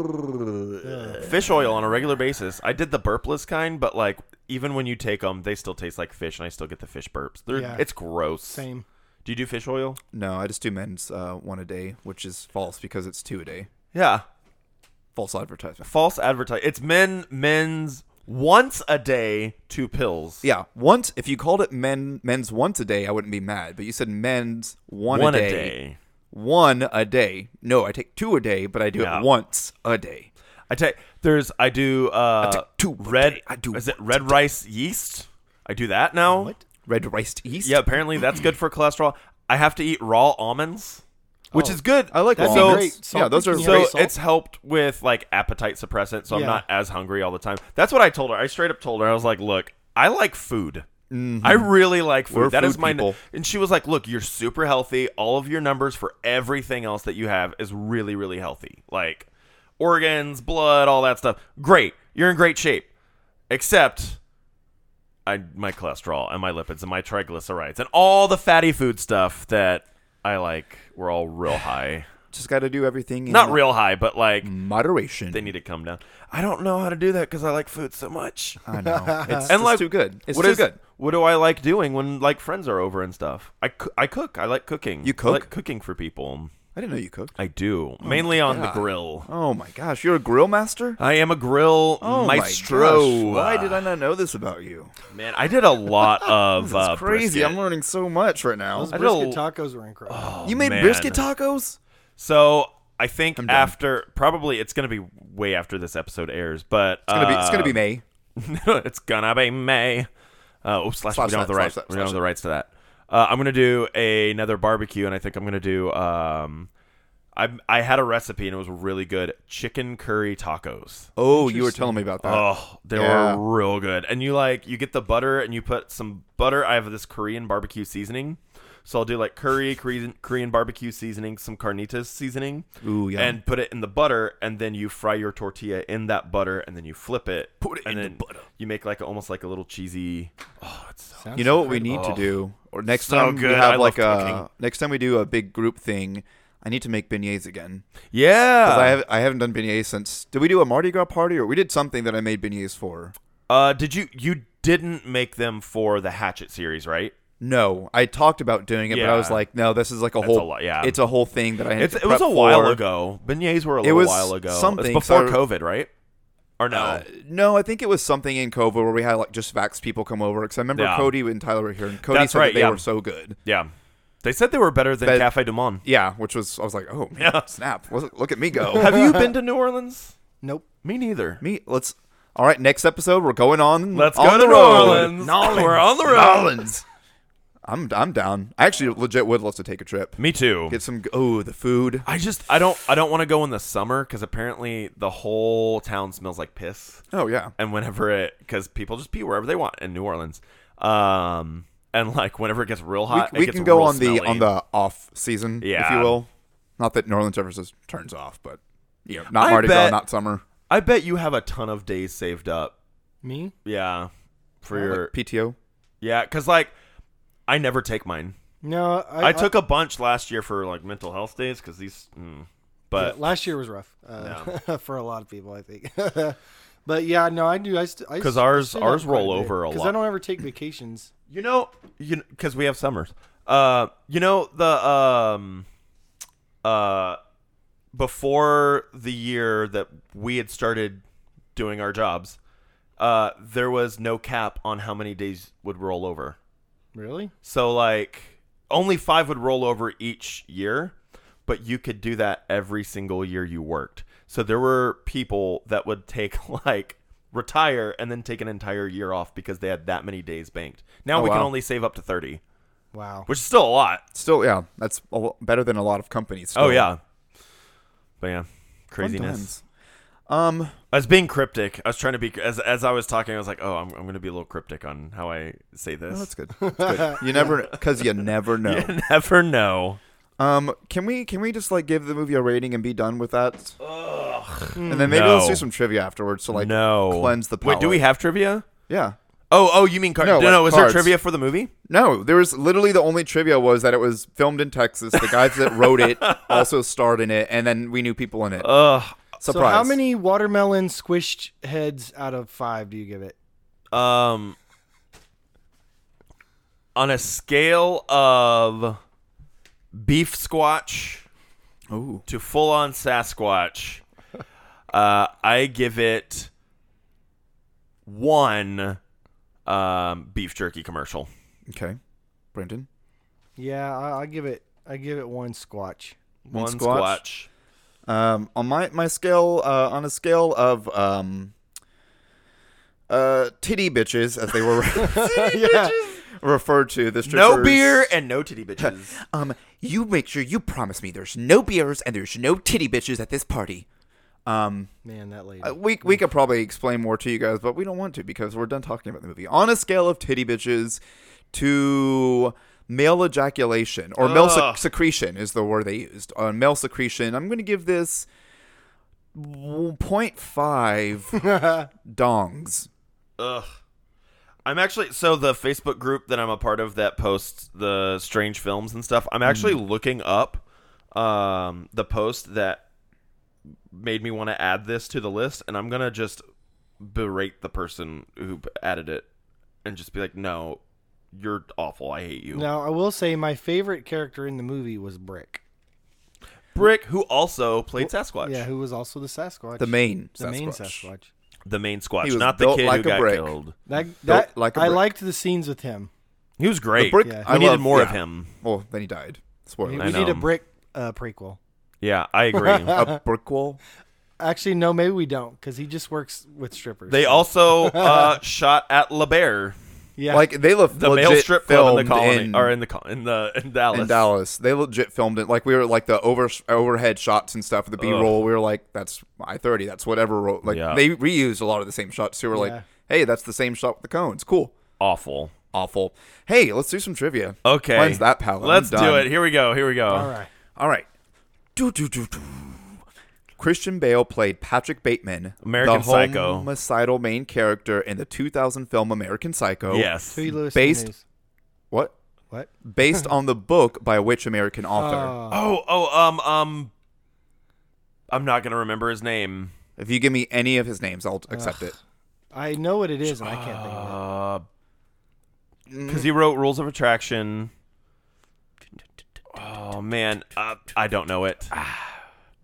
Speaker 1: fish oil on a regular basis. I did the burpless kind, but like even when you take them, they still taste like fish, and I still get the fish burps. They're,
Speaker 8: Yeah.
Speaker 1: It's gross.
Speaker 8: same.
Speaker 1: Do you do fish oil?
Speaker 2: No, I just do men's uh, one a day, which is false because it's two a day.
Speaker 1: Yeah.
Speaker 2: False advertisement.
Speaker 1: False advertise. It's men men's once a day two pills.
Speaker 2: Yeah, once if you called it men men's once a day, I wouldn't be mad. But you said men's one,
Speaker 1: one
Speaker 2: a, day,
Speaker 1: a day.
Speaker 2: one a day. No, I take two a day, but I do
Speaker 1: Yeah.
Speaker 2: it once a day.
Speaker 1: I take there's I do uh
Speaker 2: take two a
Speaker 1: red
Speaker 2: day. I do
Speaker 1: is it
Speaker 2: one
Speaker 1: red rice yeast? I do that now.
Speaker 2: Red rice yeast.
Speaker 1: Yeah, apparently that's good for cholesterol. I have to eat raw almonds, which
Speaker 2: Oh.
Speaker 1: is good.
Speaker 2: I like
Speaker 1: so,
Speaker 8: That'd be
Speaker 2: walnuts.
Speaker 8: great. Salt
Speaker 2: Yeah, those are
Speaker 8: and
Speaker 1: So
Speaker 2: very
Speaker 8: salt.
Speaker 1: it's helped with like appetite suppressant, so I'm
Speaker 8: Yeah.
Speaker 1: not as hungry all the time. That's what I told her. I straight up told her I was like, "Look, I like food. I really like
Speaker 2: We're
Speaker 1: food. That is
Speaker 2: food
Speaker 1: my."
Speaker 2: people.
Speaker 1: And she was like, "Look, you're super healthy. All of your numbers for everything else that you have is really, really healthy. Like organs, blood, all that stuff. Great. You're in great shape. Except." I, my cholesterol and my lipids and my triglycerides and all the fatty food stuff that I like were all real high.
Speaker 2: just got to do everything. In
Speaker 1: Not real high, but like
Speaker 2: moderation.
Speaker 1: they need to come down. I don't know how to do that because I like food so
Speaker 2: [laughs]
Speaker 1: much.
Speaker 2: I know.
Speaker 1: [laughs]
Speaker 2: It's
Speaker 1: And,
Speaker 2: and
Speaker 1: like,
Speaker 2: too good. It's
Speaker 1: What
Speaker 2: too
Speaker 1: is-
Speaker 2: good.
Speaker 1: What do I like doing when like friends are over and stuff? I, coo- I cook. I like cooking.
Speaker 2: You
Speaker 1: I like
Speaker 2: cook?
Speaker 1: cooking for people.
Speaker 2: I didn't know you cooked.
Speaker 1: I do mainly on
Speaker 2: God.
Speaker 1: the grill.
Speaker 2: Oh my gosh, you're a grill master.
Speaker 1: I am a grill
Speaker 2: Oh my
Speaker 1: maestro.
Speaker 2: gosh, Why did I not know this about you?
Speaker 1: Man, I did a [laughs] lot of
Speaker 2: It's
Speaker 1: uh,
Speaker 2: crazy.
Speaker 1: brisket.
Speaker 2: I'm learning so much right now.
Speaker 8: Those
Speaker 1: I did a
Speaker 8: brisket
Speaker 1: l-
Speaker 8: tacos were incredible.
Speaker 2: you made
Speaker 1: man.
Speaker 2: brisket tacos?
Speaker 1: So I think
Speaker 2: done.
Speaker 1: after probably it's gonna be way after this episode airs, but
Speaker 2: It's gonna be. It's
Speaker 1: Uh,
Speaker 2: gonna be May.
Speaker 1: May. [laughs] it's gonna be May. Uh, oh, slash,
Speaker 2: Slash
Speaker 1: we don't have
Speaker 2: that,
Speaker 1: the rights.
Speaker 2: slash that,
Speaker 1: we don't
Speaker 2: slash
Speaker 1: have the rights to that. Uh, I'm gonna do a, another barbecue, and I think I'm gonna do. Um, I I had a recipe and it was really good. Chicken curry tacos.
Speaker 2: Oh, you were telling me about that.
Speaker 1: Oh, they
Speaker 2: Uh, Yeah.
Speaker 1: were real good. And you like you get the butter and you put some butter. I have this Korean barbecue seasoning. So I'll do like curry, Korean, Korean barbecue seasoning, some carnitas seasoning.
Speaker 2: Ooh, yum.
Speaker 1: And put it in the butter and then you fry your tortilla in that butter and then you flip it. Put it and in then the butter. You make like almost like a little cheesy
Speaker 2: you know what we need to do, or next time we
Speaker 1: Oh, good. I
Speaker 2: have like
Speaker 1: love
Speaker 2: a
Speaker 1: cooking.
Speaker 2: next time we do a big group thing. I need to make beignets again. 'Cause
Speaker 1: Yeah.
Speaker 2: I have I haven't done beignets since. Did we do a Mardi Gras party or we did something that I made beignets for?
Speaker 1: uh did you you didn't make them for the Hatchet series, right?
Speaker 2: No, I talked about doing it, but I was
Speaker 1: Yeah.
Speaker 2: like, no, this is like a whole.
Speaker 1: a lot, yeah.
Speaker 2: it's a whole thing that I. Had
Speaker 1: It's,
Speaker 2: to
Speaker 1: it was
Speaker 2: prep
Speaker 1: a while
Speaker 2: for.
Speaker 1: ago. Beignets were a
Speaker 2: It
Speaker 1: little
Speaker 2: was
Speaker 1: while ago.
Speaker 2: something,
Speaker 1: it's before
Speaker 2: so-
Speaker 1: COVID, right? Or no?
Speaker 2: Uh, no, I think it was something in Cova where we had like just vax people come over because I remember
Speaker 1: Yeah.
Speaker 2: Cody and Tyler were here, and Cody
Speaker 1: That's
Speaker 2: said
Speaker 1: right,
Speaker 2: that they
Speaker 1: yeah.
Speaker 2: were so good.
Speaker 1: yeah. They said they were better than
Speaker 2: But-
Speaker 1: Cafe Du
Speaker 2: [laughs]
Speaker 1: Monde.
Speaker 2: Yeah, which was I was like, oh man,
Speaker 1: Yeah.
Speaker 2: snap! Look, look at
Speaker 1: [laughs]
Speaker 2: me go.
Speaker 1: Have you been to New Orleans?
Speaker 8: Nope.
Speaker 1: Me neither.
Speaker 2: me, let's. All right, next episode we're going on.
Speaker 1: Let's
Speaker 2: on
Speaker 1: go
Speaker 2: the
Speaker 1: to New
Speaker 2: road.
Speaker 1: Orleans. We're on the road.
Speaker 2: Orleans. I'm I'm down. I actually legit would love to take a trip.
Speaker 1: Me too.
Speaker 2: Get some. Oh, the food.
Speaker 1: I just I don't I don't want to go in the summer because apparently the whole town smells like piss.
Speaker 2: Oh yeah.
Speaker 1: and whenever it because people just pee wherever they want in New Orleans. Um, and like whenever it gets real
Speaker 2: We,
Speaker 1: hot, it
Speaker 2: we
Speaker 1: gets
Speaker 2: can go
Speaker 1: real
Speaker 2: on the
Speaker 1: smelly.
Speaker 2: on the off season, if you
Speaker 1: Yeah.
Speaker 2: will. Not that New Orleans ever just turns off, but yeah, not
Speaker 1: I
Speaker 2: Mardi Gras,
Speaker 1: bet-
Speaker 2: not summer.
Speaker 1: I bet you have a ton of days saved up.
Speaker 8: Me?
Speaker 1: Yeah, for
Speaker 2: Like
Speaker 1: your
Speaker 2: PTO.
Speaker 1: yeah, because like I never take mine.
Speaker 8: No, I,
Speaker 1: I, took a bunch last year for like mental health days because these, mm, but
Speaker 8: last year was rough uh, [laughs] for a lot of people, I think. [laughs] but yeah, no, I do. I st- I
Speaker 1: 'Cause
Speaker 8: st- I
Speaker 1: ours-
Speaker 8: stayed
Speaker 1: ours
Speaker 8: up quite
Speaker 1: roll
Speaker 8: bit,
Speaker 1: over a
Speaker 8: 'cause I
Speaker 1: lot.
Speaker 8: don't ever take vacations.
Speaker 1: you know you because we have summers. Uh, you know the um, uh, before the year that we had started doing our jobs, uh, there was no cap on how many days would roll over.
Speaker 8: Really?
Speaker 1: So like only five would roll over each year, but you could do that every single year you worked. So there were people that would take [laughs] like retire and then take an entire year off because they had that many days banked. Now
Speaker 2: Oh,
Speaker 1: we can
Speaker 2: wow.
Speaker 1: only save up to thirty,
Speaker 8: Wow.
Speaker 1: which is still a lot.
Speaker 2: Still, yeah, that's a lo- better than a lot of companies.
Speaker 1: Oh
Speaker 2: still.
Speaker 1: yeah, but yeah,
Speaker 2: Fun
Speaker 1: craziness.
Speaker 2: times. Um,
Speaker 1: I was being cryptic. I was trying to be as as I was talking. I was like, oh, I'm I'm gonna be a little cryptic on how I say this.
Speaker 2: no, that's good. That's good. You never, because
Speaker 1: [laughs]
Speaker 2: you never know.
Speaker 1: You never know.
Speaker 2: Um, can we can we just like give the movie a rating and be done with that? And then maybe let's
Speaker 1: No.
Speaker 2: do some trivia afterwards to like
Speaker 1: no.
Speaker 2: cleanse the
Speaker 1: Wait, do we
Speaker 2: palate.
Speaker 1: have trivia?
Speaker 2: yeah.
Speaker 1: Oh, oh, you mean cards?
Speaker 2: No,
Speaker 1: No, no,
Speaker 2: like
Speaker 1: is
Speaker 2: cards.
Speaker 1: there trivia for the movie?
Speaker 2: No, there was literally the only trivia was that it was filmed in Texas. The guys that
Speaker 1: [laughs]
Speaker 2: wrote it also starred in it, and then we knew people in it.
Speaker 1: Ugh.
Speaker 8: So
Speaker 2: Surprise!
Speaker 8: how many watermelon squished heads out of five do you give it?
Speaker 1: Um. On a scale of beef squatch
Speaker 2: Ooh.
Speaker 1: to full on
Speaker 2: [laughs]
Speaker 1: Sasquatch, uh, I give it one um, beef jerky commercial.
Speaker 2: Okay, Brendan.
Speaker 8: Yeah, I, I give it. I give it one squatch.
Speaker 1: One, squatch.
Speaker 2: squatch? Um, on my my scale, uh, on a scale of um, uh, titty bitches as they
Speaker 1: [laughs]
Speaker 2: were [laughs] referred to, the
Speaker 1: No
Speaker 2: strippers-
Speaker 1: beer and no
Speaker 2: [laughs]
Speaker 1: titty bitches.
Speaker 2: Um, you make sure you promise me there's no beers and there's no titty bitches at this party. Um,
Speaker 8: Man, that lady.
Speaker 2: uh, we we could probably explain more to you guys, but we don't want to because we're done talking about the movie. On a scale of titty bitches to male ejaculation or male sec- secretion is the word they used on male secretion. I'm going to give this
Speaker 8: [laughs]
Speaker 2: 0.5 dongs.
Speaker 1: Ugh. I'm actually so the Facebook group that I'm a part of that posts the strange films and stuff. I'm actually
Speaker 2: Mm.
Speaker 1: looking up um, the post that made me want to add this to the list, and I'm gonna just berate the person who p- added it and just be like, "No, you're awful. I hate you."
Speaker 8: now I will say my favorite character in the movie was Brick.
Speaker 1: Brick, who also played Sasquatch,
Speaker 8: Yeah, who was also the Sasquatch.
Speaker 2: The main
Speaker 8: The main
Speaker 2: Sasquatch.
Speaker 8: Sasquatch.
Speaker 1: the main Squatch,
Speaker 2: He was
Speaker 1: not the
Speaker 2: built
Speaker 1: kid
Speaker 2: like
Speaker 1: who
Speaker 2: a
Speaker 1: got
Speaker 2: brick.
Speaker 1: killed.
Speaker 8: That that
Speaker 2: like a
Speaker 8: I
Speaker 2: brick.
Speaker 8: liked the scenes with him.
Speaker 1: He was great.
Speaker 2: brick-
Speaker 8: Yeah.
Speaker 1: We
Speaker 2: I
Speaker 1: needed
Speaker 2: love-
Speaker 1: more of
Speaker 2: yeah.
Speaker 1: him.
Speaker 2: Well, then he died.
Speaker 8: We,
Speaker 2: Spoiler.
Speaker 1: I
Speaker 8: we need a
Speaker 1: know.
Speaker 8: Brick uh, prequel.
Speaker 1: Yeah, I agree.
Speaker 2: [laughs] A brick wall.
Speaker 8: Actually, no, maybe we don't because he just works with strippers.
Speaker 1: They also uh, [laughs] shot at La Bear,
Speaker 8: yeah.
Speaker 2: Like they left
Speaker 1: the male strip club in the colony or in the co- in the in Dallas.
Speaker 2: in Dallas. They legit filmed it. Like we were like the over overhead shots and stuff, the B roll. We were like, that's I thirty. That's whatever. Roll. Like
Speaker 1: Yeah.
Speaker 2: they reused a lot of the same shots. So we were
Speaker 8: Yeah.
Speaker 2: like, hey, that's the same shot with the cones. Cool.
Speaker 1: Awful.
Speaker 2: Awful. Hey, let's do some trivia.
Speaker 1: Okay,
Speaker 2: Cleanse that palate. I'm
Speaker 1: Let's do
Speaker 2: done.
Speaker 1: it. Here we go. Here we go.
Speaker 8: all right.
Speaker 2: All right. Do do do do. Christian Bale played Patrick Bateman,
Speaker 1: American
Speaker 2: the
Speaker 1: Psycho.
Speaker 2: homicidal main character in the 2000 film American Psycho.
Speaker 1: Yes.
Speaker 8: Huey Lewis
Speaker 2: Based-
Speaker 8: News.
Speaker 2: What?
Speaker 8: What? Uh,
Speaker 2: Based on the book by which American author?
Speaker 1: Oh oh um um. I'm not gonna remember his name.
Speaker 2: If you give me any of his names, I'll accept it.
Speaker 8: I know what it is, and I can't think of
Speaker 1: Uh,
Speaker 2: Mm.
Speaker 1: because he wrote Rules of Attraction. Oh man, uh, I don't know it.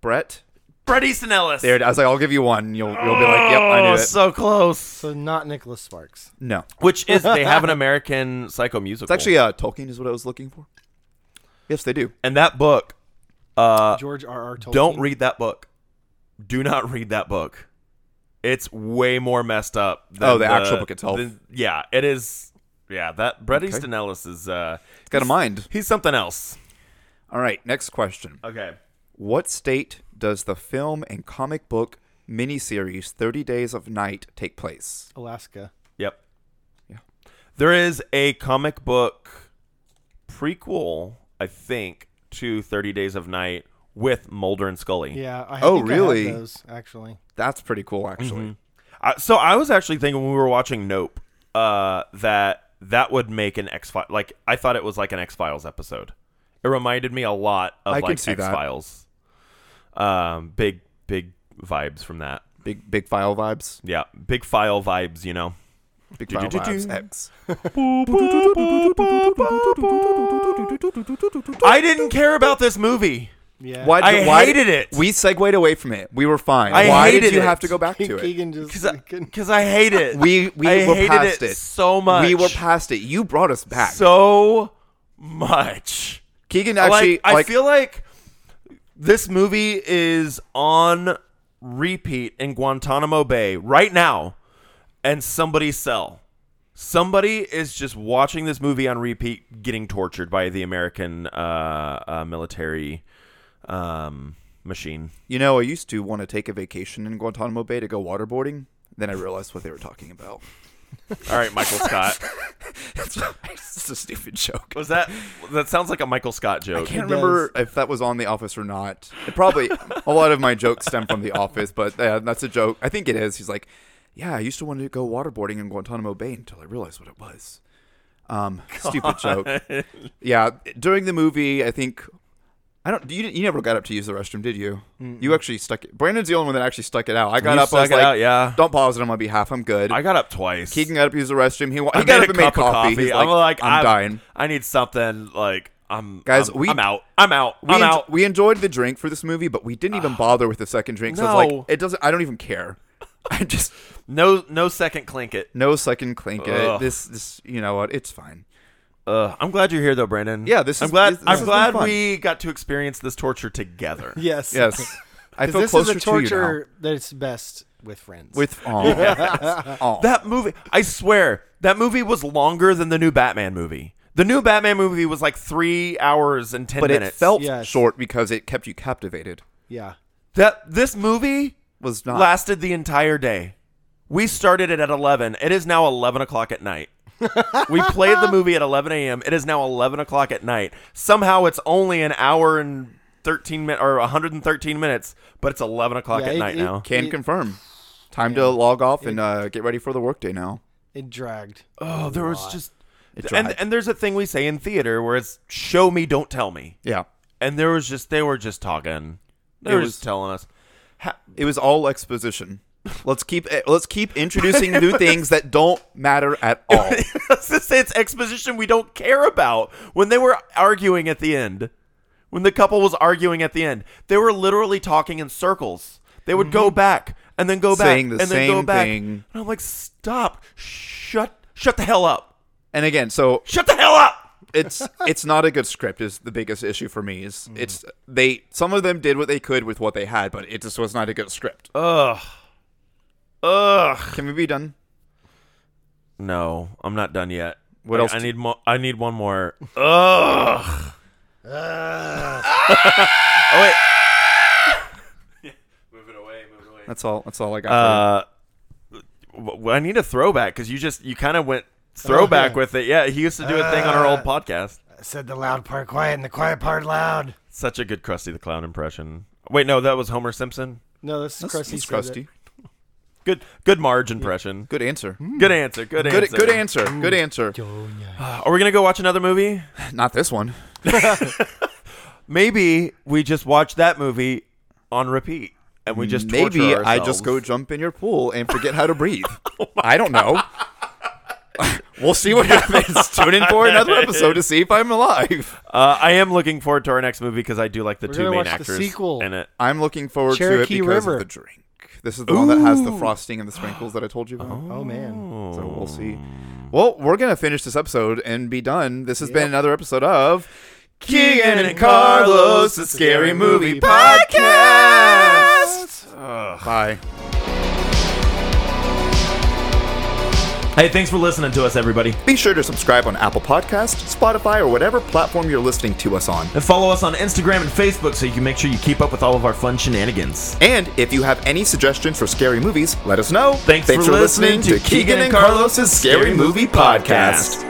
Speaker 2: Brett
Speaker 1: Bret Easton Ellis.
Speaker 2: There, it- I was like, I'll give you one. You'll you'll be like, yep, I knew
Speaker 1: Oh,
Speaker 2: it.
Speaker 1: so
Speaker 8: [laughs]
Speaker 1: close.
Speaker 8: So not Nicholas Sparks.
Speaker 2: No,
Speaker 1: Which is they have an American Psycho musical.
Speaker 2: it's actually uh, Tolkien is what I was looking for. Yes, they do.
Speaker 1: and that book. Uh,
Speaker 8: George R. R. Tolkien.
Speaker 1: don't read that book. Do not [laughs] read that book. It's way more messed up. Than
Speaker 2: Oh, the actual book itself.
Speaker 1: than- yeah, it is. Yeah, that Bret Easton Ellis is. Uh,
Speaker 2: It's got a mind.
Speaker 1: he's something else.
Speaker 2: All right, next question.
Speaker 1: Okay.
Speaker 2: What state does the film and comic book miniseries 30 Days of Night take place?
Speaker 8: Alaska.
Speaker 1: Yep. Yeah. There is a comic book prequel, I think, to Thirty Days of Night with Mulder and Scully.
Speaker 8: Yeah. I
Speaker 2: Oh,
Speaker 8: think I have
Speaker 2: really?
Speaker 8: those actually.
Speaker 2: That's pretty cool, actually.
Speaker 1: I, so I was actually thinking when we were watching Nope, uh, that that would make an X file. Like I thought it was like an X Files episode. It reminded me a lot of
Speaker 2: I can
Speaker 1: like
Speaker 2: see that.
Speaker 1: X Files. Um, big big vibes from that.
Speaker 2: Big big file vibes.
Speaker 1: Yeah, big file vibes. You know.
Speaker 2: Big file vibes. X.
Speaker 1: I didn't care about this movie.
Speaker 8: Yeah.
Speaker 2: Why,
Speaker 1: I
Speaker 2: why
Speaker 1: hated it.
Speaker 2: We segued away from it. We were fine.
Speaker 1: I
Speaker 2: why did
Speaker 1: hated
Speaker 2: you
Speaker 1: it.
Speaker 2: have to go back to it?
Speaker 8: [laughs]
Speaker 2: [laughs]
Speaker 8: Keegan just
Speaker 1: Because I,
Speaker 8: couldn't-
Speaker 1: 'cause I hate it.
Speaker 2: We we
Speaker 1: I
Speaker 2: were
Speaker 1: hated
Speaker 2: past
Speaker 1: it so much.
Speaker 2: We were past it. You brought us back.
Speaker 1: so much.
Speaker 2: Keegan actually
Speaker 1: like, I
Speaker 2: like-
Speaker 1: feel like this movie is on repeat in Guantanamo Bay right now, and somebody's cell. Somebody is just watching this movie on repeat, getting tortured by the American uh, uh, military um, machine.
Speaker 2: you know, I used to want to take a vacation in Guantanamo Bay to go waterboarding. Then I realized what they were talking about. [laughs]
Speaker 1: All right, Michael Scott.
Speaker 2: it's just a stupid joke.
Speaker 1: Was that? That sounds like a Michael Scott joke.
Speaker 2: I can't remember if that was on The Office or not. It probably a lot of my jokes stem from The Office, but uh, that's a joke. I think it is. He's like, "Yeah, I used to want to go waterboarding in Guantanamo Bay until I realized what it was." Um,
Speaker 1: [laughs]
Speaker 2: stupid joke. Yeah, during the movie, I think I don't. You, you never got up to use the restroom, did you? You actually stuck it. Brandon's the only one that actually stuck it out. I got
Speaker 1: You
Speaker 2: up. I was
Speaker 1: stuck it
Speaker 2: like,
Speaker 1: out, yeah.
Speaker 2: Don't pause it on my behalf. I'm good."
Speaker 1: I got up twice.
Speaker 2: Keegan got up to use the restroom. He, wa- he
Speaker 1: I
Speaker 2: got
Speaker 1: made a
Speaker 2: up and made
Speaker 1: cup of
Speaker 2: coffee.
Speaker 1: coffee.
Speaker 2: He's
Speaker 1: I'm like,
Speaker 2: I'm dying.
Speaker 1: I need something. Like, I'm
Speaker 2: Guys,
Speaker 1: I'm,
Speaker 2: we-
Speaker 1: I'm out. I'm out.
Speaker 2: we
Speaker 1: I'm
Speaker 2: en-
Speaker 1: out.
Speaker 2: we enjoyed the drink for this movie, but we
Speaker 1: [sighs]
Speaker 2: didn't even bother with the second drink. So it's like
Speaker 1: No.
Speaker 2: it doesn't. I don't even care. [laughs] I just
Speaker 1: No, no second clink it.
Speaker 2: no second clink. It.
Speaker 1: Ugh.
Speaker 2: This this you know what? It's
Speaker 1: [laughs]
Speaker 2: fine.
Speaker 1: Ugh, I'm glad you're here though, Brandon.
Speaker 2: Yeah, this
Speaker 1: I'm
Speaker 2: is-
Speaker 1: glad.
Speaker 2: this- this
Speaker 1: I'm
Speaker 2: has
Speaker 1: glad
Speaker 2: been fun.
Speaker 1: we got to experience this torture
Speaker 2: [laughs]
Speaker 1: together.
Speaker 8: [laughs] yes.
Speaker 2: Yes, I
Speaker 8: [laughs] 'Cause
Speaker 2: feel
Speaker 8: this
Speaker 2: closer
Speaker 8: is a
Speaker 2: to you now.
Speaker 8: torture that's best with friends. [laughs]
Speaker 2: With aw. Aw.
Speaker 1: That movie, I swear, that movie was longer than the new Batman movie. The new Batman movie was like three hours and ten
Speaker 2: but it
Speaker 1: minutes.
Speaker 2: felt
Speaker 8: Yes.
Speaker 2: short because it kept you captivated.
Speaker 8: yeah.
Speaker 1: that this movie
Speaker 2: Was not
Speaker 1: lasted the entire day. We started it at 11. It is now 11 o'clock at night. we played the movie at 11 a.m. It is now 11 o'clock at night. Somehow it's only an hour and 13 minutes or 113 minutes, but it's 11 o'clock
Speaker 8: Yeah,
Speaker 1: at
Speaker 8: it-
Speaker 1: night
Speaker 8: it-
Speaker 1: now.
Speaker 2: can
Speaker 8: it- [sighs]
Speaker 2: confirm. Time to log off and uh, get ready for the workday now.
Speaker 8: It dragged.
Speaker 2: Uh,
Speaker 8: [laughs]
Speaker 1: Oh, there was just. And,
Speaker 2: dried.
Speaker 1: and there's a thing we say in theater where it's show me, don't tell me.
Speaker 2: Yeah,
Speaker 1: And there was just, they were just talking. They
Speaker 2: It
Speaker 1: were
Speaker 2: was-
Speaker 1: just telling us.
Speaker 2: it was all exposition. Let's keep eh, let's keep introducing
Speaker 1: [laughs]
Speaker 2: new things that don't matter at all.
Speaker 1: Let's just say it's exposition we don't care about. When they were arguing at the end, when the couple was arguing at the end, they were literally talking in circles. They would go back and then go back
Speaker 2: Mm-hmm. Saying the
Speaker 1: and then go
Speaker 2: same
Speaker 1: back.
Speaker 2: thing.
Speaker 1: And I'm like, stop! Shut! Shut the hell up!
Speaker 2: And again, so
Speaker 1: Shut the hell up!
Speaker 8: [laughs]
Speaker 2: it's it's not a good script is the biggest issue for me is
Speaker 8: Mm.
Speaker 2: it's they some of them did what they could with what they had but it just was not a good script
Speaker 1: Ugh. Ugh.
Speaker 2: can we be done
Speaker 1: No, I'm not done yet.
Speaker 2: What
Speaker 1: I,
Speaker 2: else
Speaker 1: I
Speaker 2: do-
Speaker 1: need more. I need one more. Oh, Ugh. oh
Speaker 2: [laughs]
Speaker 1: wait. Move it away. Move it away.
Speaker 2: that's all that's all i got for
Speaker 1: Uh, w- w- I need a throwback because you just you kind of went throwback with it. Yeah, he used to do a thing on our old podcast.
Speaker 3: I said the loud part quiet and the quiet part loud.
Speaker 1: Such a good Krusty the Clown impression. Wait, no, that was Homer Simpson.
Speaker 8: No, this is
Speaker 2: you. That's-
Speaker 8: crusty.
Speaker 2: that's crusty
Speaker 1: Good, good Marge impression.
Speaker 2: good answer
Speaker 8: Mm.
Speaker 1: Good answer. Good,
Speaker 2: good
Speaker 1: answer.
Speaker 2: good answer good answer
Speaker 1: Are we gonna go watch another movie?
Speaker 2: not this one
Speaker 1: Maybe we just watch that movie on repeat and we just torture
Speaker 2: maybe i
Speaker 1: ourselves.
Speaker 2: just
Speaker 8: [laughs] Oh
Speaker 2: go jump in your pool and forget how to breathe i don't know [laughs] We'll see what
Speaker 8: [laughs]
Speaker 2: happens. Tune in for another episode to see if I'm alive.
Speaker 1: Uh, I am looking forward to our next movie because I do like the
Speaker 8: We're
Speaker 1: two
Speaker 8: gonna
Speaker 1: main
Speaker 8: watch the
Speaker 1: actors
Speaker 8: sequel.
Speaker 1: in it.
Speaker 2: I'm looking forward
Speaker 8: Cherokee
Speaker 2: to it because
Speaker 8: River.
Speaker 2: of the drink. This is the one that has the frosting and the sprinkles that I told you about.
Speaker 8: Oh man.
Speaker 2: So we'll see. Well, we're gonna finish this episode and be done. This has been another episode of Keegan and Carlos, the Scary Movie Podcast. Bye.
Speaker 1: Hey, thanks for listening to us, everybody.
Speaker 2: Be sure to subscribe on Apple Podcasts, Spotify, or whatever platform you're listening to us on.
Speaker 1: And follow us on Instagram and Facebook so you can make sure you keep up with all of our fun shenanigans.
Speaker 2: And if you have any suggestions for scary movies, let us know.
Speaker 1: Thanks for listening to Keegan and Carlos's Scary Movie Podcast.